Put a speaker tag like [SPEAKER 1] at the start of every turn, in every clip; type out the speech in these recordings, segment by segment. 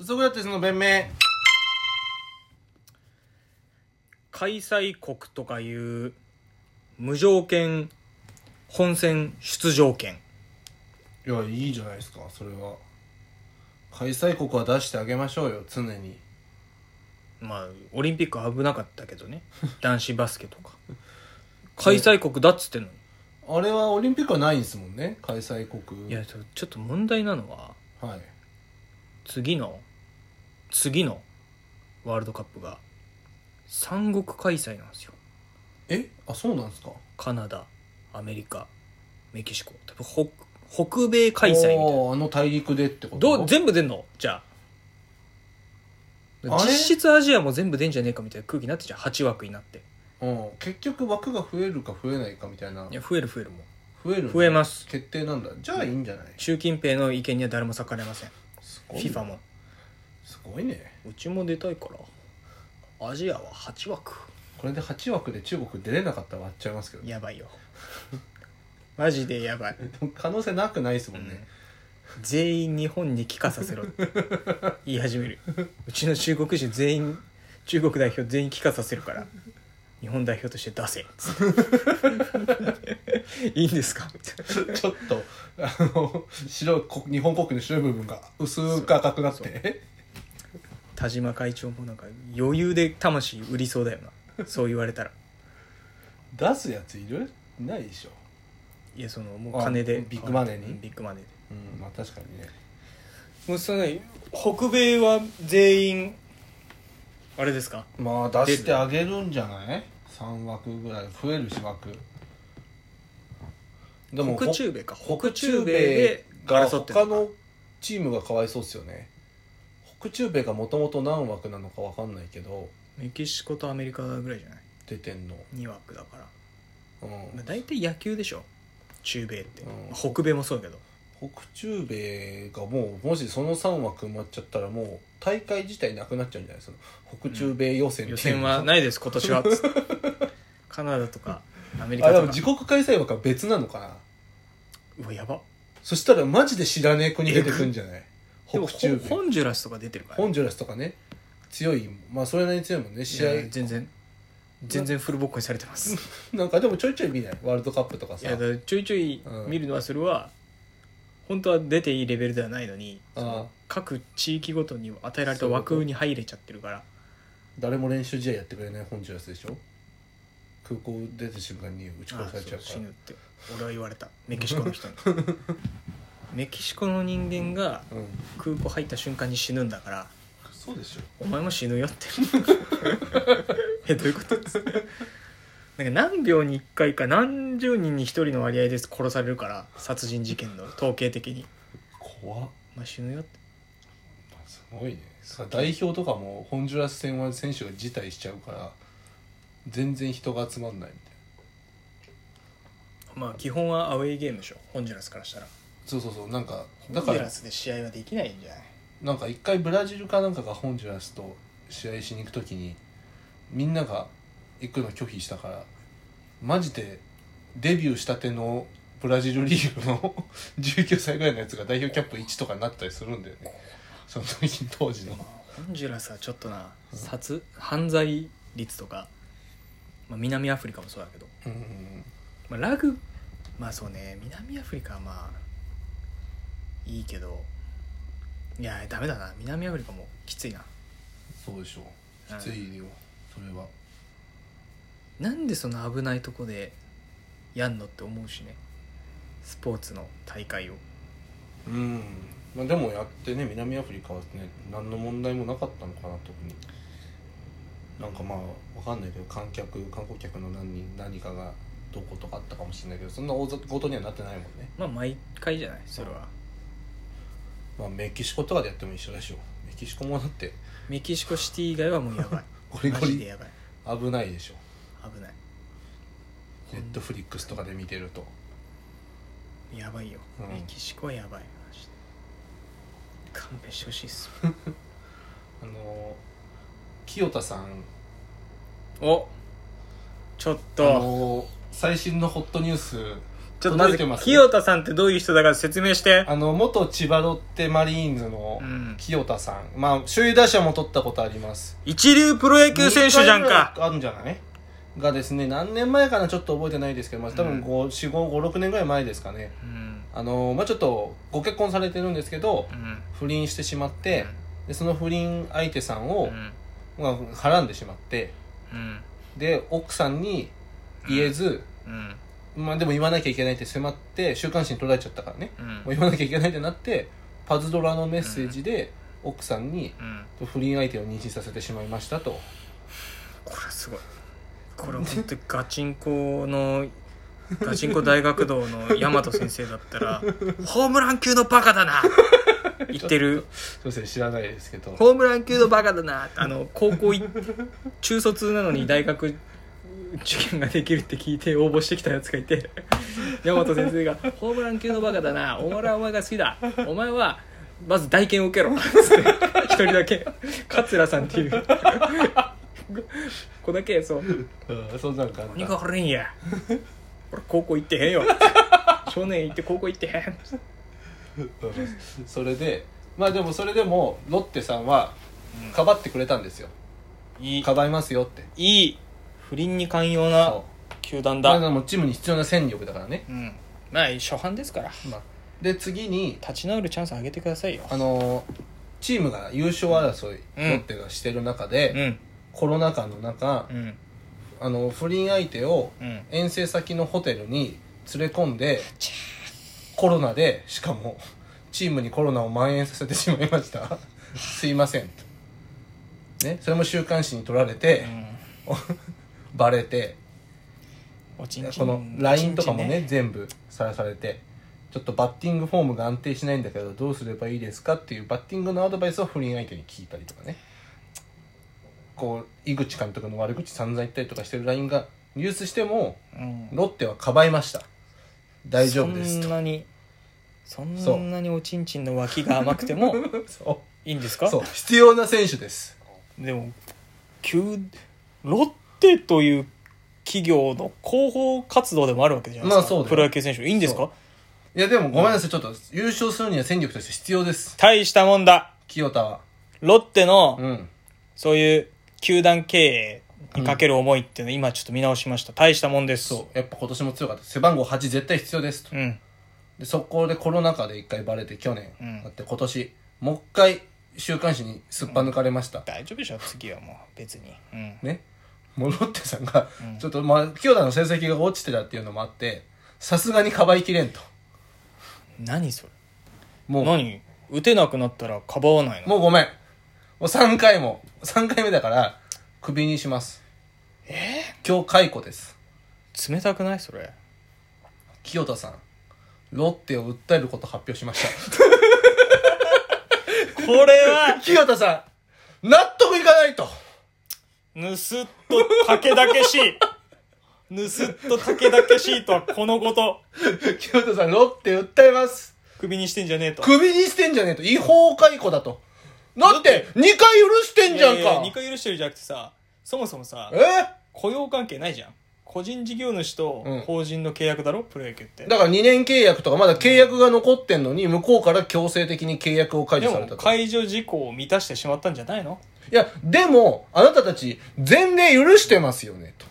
[SPEAKER 1] ソクラテスの弁明
[SPEAKER 2] 開催国とかいう無条件本戦出場権
[SPEAKER 1] いやいいじゃないですかそれは開催国は出してあげましょうよ常に
[SPEAKER 2] まあオリンピック危なかったけどね男子バスケとか開催国だっつってんのに、
[SPEAKER 1] あれはオリンピックはないんですもんね開催国
[SPEAKER 2] いやちょちょっと問題なのは
[SPEAKER 1] はい
[SPEAKER 2] 次の次のワールドカップが三国開催なんですよ
[SPEAKER 1] えあそうなんですか
[SPEAKER 2] カナダアメリカメキシコ多分北北米開催みたいな
[SPEAKER 1] おーあの大陸でってこと
[SPEAKER 2] どう全部出んのじゃあ
[SPEAKER 1] あれ
[SPEAKER 2] 実質アジアも全部出んじゃねえかみたいな空気になってじゃん8枠になって
[SPEAKER 1] うん結局枠が増えるか増えないかみたいない
[SPEAKER 2] や増える増えるもう
[SPEAKER 1] 増える
[SPEAKER 2] 増えます
[SPEAKER 1] 決定なんだじゃあいいんじゃない
[SPEAKER 2] 習近平の意見には誰も逆らえません
[SPEAKER 1] すごい
[SPEAKER 2] FIFA も
[SPEAKER 1] すごいね
[SPEAKER 2] うちも出たいからアジアは8枠
[SPEAKER 1] これで8枠で中国出れなかったら割っちゃいますけどね
[SPEAKER 2] やばいよマジでやばい、
[SPEAKER 1] 可能性なくないですもんね、
[SPEAKER 2] 全員日本に帰化させろって言い始めるうちの中国人全員中国代表全員帰化させるから日本代表として出せっつっていいんですかみたいな
[SPEAKER 1] ちょっとあの白いこ日本国旗の白い部分が薄く赤くなって
[SPEAKER 2] 田島会長もなんか余裕で魂売りそうだよなそう言われ たら
[SPEAKER 1] 出すやついるいないでしょ、
[SPEAKER 2] いやそのもう金で
[SPEAKER 1] あビッグマネーに
[SPEAKER 2] うんビッグマネーで
[SPEAKER 1] うん、まあ確かにね
[SPEAKER 2] もうその北米は全員あれですか
[SPEAKER 1] まあ出してあげるんじゃない3枠ぐらい増えるし枠でも
[SPEAKER 2] 北中米か北中米で
[SPEAKER 1] が
[SPEAKER 2] 争ってる
[SPEAKER 1] 他のチームがかわいそうっすよね北中米がもともと何枠なのかわかんないけど
[SPEAKER 2] メキシコとアメリカぐらいじゃない
[SPEAKER 1] 出てんの、
[SPEAKER 2] 2枠だから、
[SPEAKER 1] うん
[SPEAKER 2] まあ、大体野球でしょ中米って、
[SPEAKER 1] うん
[SPEAKER 2] 北米もそうだけど
[SPEAKER 1] 北中米がもうもしその3枠埋まっちゃったらもう大会自体なくなっちゃうんじゃないですか北中米予選
[SPEAKER 2] 予選は
[SPEAKER 1] っ
[SPEAKER 2] ないです今年は カナダとかアメ
[SPEAKER 1] ていう
[SPEAKER 2] リ
[SPEAKER 1] の
[SPEAKER 2] カ
[SPEAKER 1] あで
[SPEAKER 2] と
[SPEAKER 1] も
[SPEAKER 2] か
[SPEAKER 1] 自国開催枠は別なのかな
[SPEAKER 2] うわやば
[SPEAKER 1] そしたらマジで知らねえ国出てくんじゃない
[SPEAKER 2] でも
[SPEAKER 1] 北
[SPEAKER 2] ホ
[SPEAKER 1] 中
[SPEAKER 2] ホ
[SPEAKER 1] 米
[SPEAKER 2] ンジュラスとか出てるからね、
[SPEAKER 1] ホンジュラスとかね強いまあそれなりに強いもんね試合
[SPEAKER 2] いや全然全然フルボッコにされてます
[SPEAKER 1] なんかでもちょいちょい見ないワールドカップとか
[SPEAKER 2] い
[SPEAKER 1] さ
[SPEAKER 2] やだからちょいちょい
[SPEAKER 1] うん
[SPEAKER 2] 見るのはそれは、本当は出ていいレベルではないのに
[SPEAKER 1] ああ
[SPEAKER 2] その各地域ごとに与えられた
[SPEAKER 1] そういうこと
[SPEAKER 2] 枠に入れちゃってるから
[SPEAKER 1] 誰も練習試合やってくれないホンジュラスでしょ空港出た瞬間に打ち
[SPEAKER 2] ああ
[SPEAKER 1] 殺されちゃ
[SPEAKER 2] そう
[SPEAKER 1] う
[SPEAKER 2] 死
[SPEAKER 1] か
[SPEAKER 2] ぬって俺は言われたメキシコの 人にメキシコの人間が
[SPEAKER 1] らうん
[SPEAKER 2] 空港入った瞬間に死ぬんだから
[SPEAKER 1] そうでしょ
[SPEAKER 2] お前も死ぬよって えどういうことですなんか何秒に1回か何十人に1人の割合で殺されるから殺人事件の統計的に
[SPEAKER 1] 怖っ
[SPEAKER 2] 「まあ、死ぬよ」って
[SPEAKER 1] すごいねさ代表とかもホンジュラス戦は選手が辞退しちゃうから全然人が集まんないみたいな
[SPEAKER 2] まあ基本はアウェイゲームでしょホンジュラスからしたら
[SPEAKER 1] そうそうそうなんか
[SPEAKER 2] ホンジ
[SPEAKER 1] だか
[SPEAKER 2] ュラ
[SPEAKER 1] ら
[SPEAKER 2] スで試合はできないんじゃない
[SPEAKER 1] なんか一回ブラジルかなんかがホンジュラスと試合しに行くときにみんなが行くの拒否したからマジでデビューしたてのブラジルリーグの 19歳ぐらいのやつが代表キャップ1とかになったりするんだよねその時当時の
[SPEAKER 2] まあホンジュラスはちょっとな殺犯罪率とか、まあ、南アフリカもそうだけど、
[SPEAKER 1] うんうんうん
[SPEAKER 2] まあ、ラグまあそうね南アフリカはまあいいけどいやダメだな南アフリカもきついな
[SPEAKER 1] そうでしょうきついよそれは
[SPEAKER 2] なんでその危ないとこでやんのって思うしねスポーツの大会を
[SPEAKER 1] うん、まあ、でもやってね南アフリカはね何の問題もなかったのかな特になんかまあわかんないけど観客観光客の何人何かがどことかあったかもしれないけどそんな大事にはなってないもんね、
[SPEAKER 2] まあ毎回じゃないそれは
[SPEAKER 1] まあ、メキシコとかでやっても一緒でしょメキシコもだって
[SPEAKER 2] メキシコシティ以外はもうやばい
[SPEAKER 1] ゴリ
[SPEAKER 2] マ
[SPEAKER 1] ゴ
[SPEAKER 2] ジで
[SPEAKER 1] リ
[SPEAKER 2] やばい
[SPEAKER 1] 危ないでしょ
[SPEAKER 2] 危ない
[SPEAKER 1] ネットフリックスとかで見てると
[SPEAKER 2] やばいよ、
[SPEAKER 1] うん
[SPEAKER 2] メキシコはやばいマジで勘弁してほしいっす
[SPEAKER 1] あの清田さん
[SPEAKER 2] おちょっ
[SPEAKER 1] あ
[SPEAKER 2] と
[SPEAKER 1] の最新のホットニュース
[SPEAKER 2] ちょっとまず
[SPEAKER 1] 届いてます
[SPEAKER 2] 清田さんってどういう人だか説明して
[SPEAKER 1] あの元千葉ロッテマリーンズの
[SPEAKER 2] うん
[SPEAKER 1] 清田さん、まあ首位打者も取ったことあります
[SPEAKER 2] 一流プロ野球選手じゃん
[SPEAKER 1] 二回
[SPEAKER 2] か
[SPEAKER 1] ぐらいあるんじゃないがですね何年前かなちょっと覚えてないですけど、まあ、多
[SPEAKER 2] うん
[SPEAKER 1] 分4556年ぐらい前ですかね
[SPEAKER 2] うん
[SPEAKER 1] あの、まあ、ちょっとご結婚されてるんですけど
[SPEAKER 2] うん
[SPEAKER 1] 不倫してしまってでその不倫相手さんを、
[SPEAKER 2] うん
[SPEAKER 1] まあ、はらんでしまって
[SPEAKER 2] うん
[SPEAKER 1] で奥さんに言えず、
[SPEAKER 2] うん
[SPEAKER 1] まあ、でも言わなきゃいけないって迫って週刊誌に取られちゃったからね
[SPEAKER 2] うん
[SPEAKER 1] もう言わなきゃいけないってなってパズドラのメッセージで奥さんに
[SPEAKER 2] うん
[SPEAKER 1] 不倫相手を妊娠させてしまいましたと
[SPEAKER 2] これすごいこれ本当にガチン コのガチンコ大学堂の大和先生だっ たらホームラン級のバカだな言ってる
[SPEAKER 1] すいません知らないですけど
[SPEAKER 2] ホームラン級のバカだなあの高校い中卒なのに大学受験ができるって聞いて応募してきたやつがい て大和先生が「ホームラン級のバカだなお前らお前が好きだお前はまず代券を受けろ」つって一人だけ桂さんっていう子だけそう
[SPEAKER 1] うんそんなんかあっ
[SPEAKER 2] 「
[SPEAKER 1] た
[SPEAKER 2] 何が悪いんや俺高校行ってへんよ」少年行って高校行ってへん
[SPEAKER 1] うんそれでまあでもそれでもロッテさんはかばってくれたんですよ
[SPEAKER 2] いい
[SPEAKER 1] かばいますよって
[SPEAKER 2] いい不倫に寛容な
[SPEAKER 1] そ
[SPEAKER 2] 球団
[SPEAKER 1] う
[SPEAKER 2] だ
[SPEAKER 1] まあもうチームに必要な戦力だからね、
[SPEAKER 2] うん、まあ初版ですから
[SPEAKER 1] まあ、で次に
[SPEAKER 2] 立ち直るチャンスあげてくださいよ
[SPEAKER 1] あのーチームが優勝争い、
[SPEAKER 2] うん
[SPEAKER 1] ロッテがしてる中で、
[SPEAKER 2] うん
[SPEAKER 1] コロナ禍の中、
[SPEAKER 2] うん
[SPEAKER 1] あの不倫相手を
[SPEAKER 2] うん
[SPEAKER 1] 遠征先のホテルに連れ込んでコロナでしかもチームにコロナを蔓延させてしまいました すいませんとねそれも週刊誌に取られて、バレて
[SPEAKER 2] おちんちん
[SPEAKER 1] この LINE とかもね全部さらされてちょっとバッティングフォームが安定しないんだけどどうすればいいですかっていうバッティングのアドバイスを不倫相手に聞いたりとかねこう井口監督の悪口散々言ったりとかしてる LINE がニュースしても
[SPEAKER 2] うん
[SPEAKER 1] ロッテはかばいました大丈夫です
[SPEAKER 2] そん
[SPEAKER 1] と
[SPEAKER 2] なにそ
[SPEAKER 1] そうん
[SPEAKER 2] なにおちんちんの脇が甘くても
[SPEAKER 1] そ
[SPEAKER 2] いいんです
[SPEAKER 1] う
[SPEAKER 2] か
[SPEAKER 1] そう必要な選手です
[SPEAKER 2] でも球ロッテという企業の広報活動でもあるわけじゃないですか、
[SPEAKER 1] まあそうだよ
[SPEAKER 2] プロ野球選手いいんです
[SPEAKER 1] そ
[SPEAKER 2] か
[SPEAKER 1] ういやでもごめんなさいちょっと優勝するには戦力として必要です
[SPEAKER 2] 大したもんだ
[SPEAKER 1] 清田は
[SPEAKER 2] ロッテの、
[SPEAKER 1] うん
[SPEAKER 2] そういう球団経営にかける思いっていうのを今ちょっと見直しました大したもんです
[SPEAKER 1] そうやっぱ今年も強かった背番号8絶対必要ですと
[SPEAKER 2] うん
[SPEAKER 1] で速攻でコロナ禍で一回バレて去年、
[SPEAKER 2] うん
[SPEAKER 1] だって今年もう一回週刊誌にすっぱ抜かれました、
[SPEAKER 2] 大丈夫でしょ次はもう別にうん
[SPEAKER 1] ねもうロッテさんが、
[SPEAKER 2] うん
[SPEAKER 1] ちょっとまあ清田の成績が落ちてたっていうのもあってさすがにかばいきれんと
[SPEAKER 2] 何それ
[SPEAKER 1] もう
[SPEAKER 2] 何打てなくなったらかばわないの
[SPEAKER 1] もうごめんもう3回も3回目だからクビにしますえ今日解雇です
[SPEAKER 2] 冷たくないそれ
[SPEAKER 1] 清田さんロッテを訴えること発表しました
[SPEAKER 2] これ は
[SPEAKER 1] 清田さん納得いかないと
[SPEAKER 2] ぬすっと武だけし いぬすっと武だけしいとはこのこと
[SPEAKER 1] 清田さんロッテ訴えます
[SPEAKER 2] クビにしてんじゃねえと
[SPEAKER 1] 首にしてんじゃねえと違法解雇だとだって2回許してんじゃん
[SPEAKER 2] いやいや
[SPEAKER 1] か
[SPEAKER 2] 二回許してるじゃなくてさそもそもさ
[SPEAKER 1] え
[SPEAKER 2] 雇用関係ないじゃん個人事業主
[SPEAKER 1] うん
[SPEAKER 2] と法人の契約だろ、プロ野球って
[SPEAKER 1] だから2年契約とかまだ契約が残ってんのに向こうから強制的に契約を解
[SPEAKER 2] で
[SPEAKER 1] 除され
[SPEAKER 2] も
[SPEAKER 1] たとい
[SPEAKER 2] 解除事項を満たしてしまったんじゃないの
[SPEAKER 1] やでもあなたたち全例許してますよねと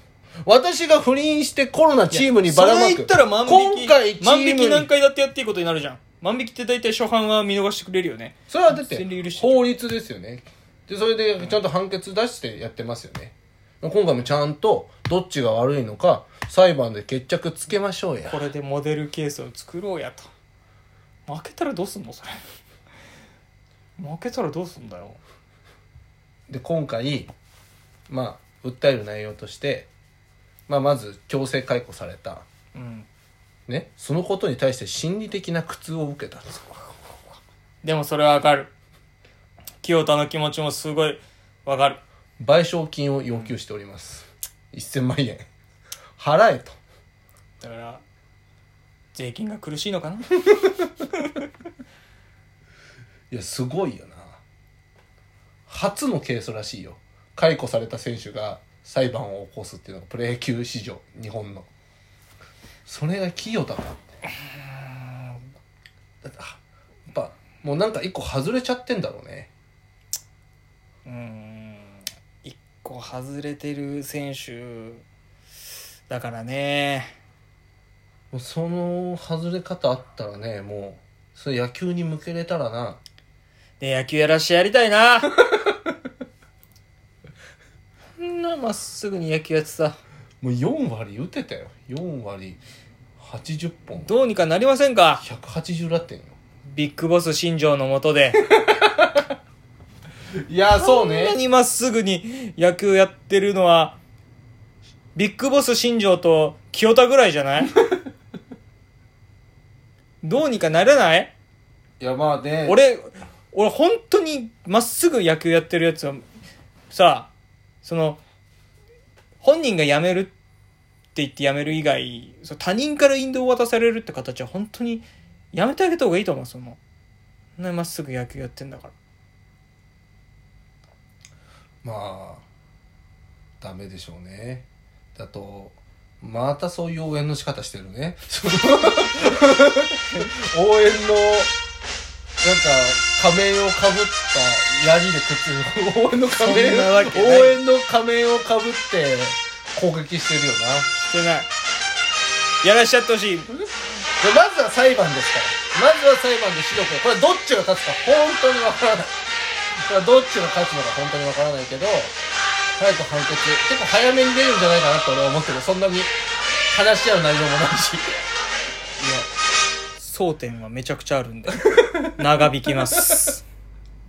[SPEAKER 1] 私が不倫してコロナチームにばらま
[SPEAKER 2] それ
[SPEAKER 1] く
[SPEAKER 2] 言ったら万引き
[SPEAKER 1] 今回チー
[SPEAKER 2] 万
[SPEAKER 1] ムに
[SPEAKER 2] 引き何回だってやっていいことになるじゃん万引きって大体初版は見逃してくれるよね
[SPEAKER 1] それはだって
[SPEAKER 2] 全例許して
[SPEAKER 1] 法律ですよねでそれでちゃんと判決出してやってますよね今回もちゃんとどっちが悪いのか裁判で決着つけましょうや
[SPEAKER 2] これでモデルケースを作ろうやと負けたらどうすんのそれ負けたらどうすんだよ
[SPEAKER 1] で今回まあ訴える内容として、まあ、まず強制解雇された、
[SPEAKER 2] うん
[SPEAKER 1] ね、そのことに対して心理的な苦痛を受けたと
[SPEAKER 2] でもそれはわかる清田の気持ちもすごいわかる
[SPEAKER 1] 賠償金を要求しております、1000万円払えと
[SPEAKER 2] だから税金が苦しいの かない
[SPEAKER 1] やすごいよな初のケースらしいよ解雇された選手が裁判を起こすっていうのがプロ野球史上日本のそれが清田かだってあやっぱもうなんか一個外れちゃってんだろうね
[SPEAKER 2] うーん一個外れてる選手だからね
[SPEAKER 1] もうその外れ方あったらねもうそれ野球に向けれたらな
[SPEAKER 2] で野球やらしてやりたい なそんなまっすぐに野球やってさ
[SPEAKER 1] もう4割打てたよ4割80本
[SPEAKER 2] どうにかなりませんか
[SPEAKER 1] 180ラテンよ
[SPEAKER 2] ビッグボス新庄のもとで
[SPEAKER 1] いや そう
[SPEAKER 2] こんなにまっすぐに野球やってるのはビッグボス新庄と清田ぐらいじゃない どうにかならない
[SPEAKER 1] いやまあね
[SPEAKER 2] 俺俺本当にまっすぐ野球やってるやつはさその本人が辞めるって言って辞める以外そう他人から引導を渡されるって形は本当にやめてあげた方がいいと思うそのそんなにまっすぐ野球やってんだから
[SPEAKER 1] まあダメでしょうねだとまたそういう応援の仕方してる ねその応援のなんか仮面をかぶった槍でくっつける応援の仮
[SPEAKER 2] そんなわけ
[SPEAKER 1] 面
[SPEAKER 2] ない
[SPEAKER 1] 応援の仮面をかぶって攻撃してるよな
[SPEAKER 2] してないやらしちゃってほしい
[SPEAKER 1] でまずは裁判ですからまずは裁判で視力これどっちが勝つか本当にわからないこれはどっちが勝つのか本当にわからないけど早く判決結構早めに出るんじゃないかなって俺は思ってるそんなに話し合う内容もないし
[SPEAKER 2] 争点はめちゃくちゃあるんで長引きます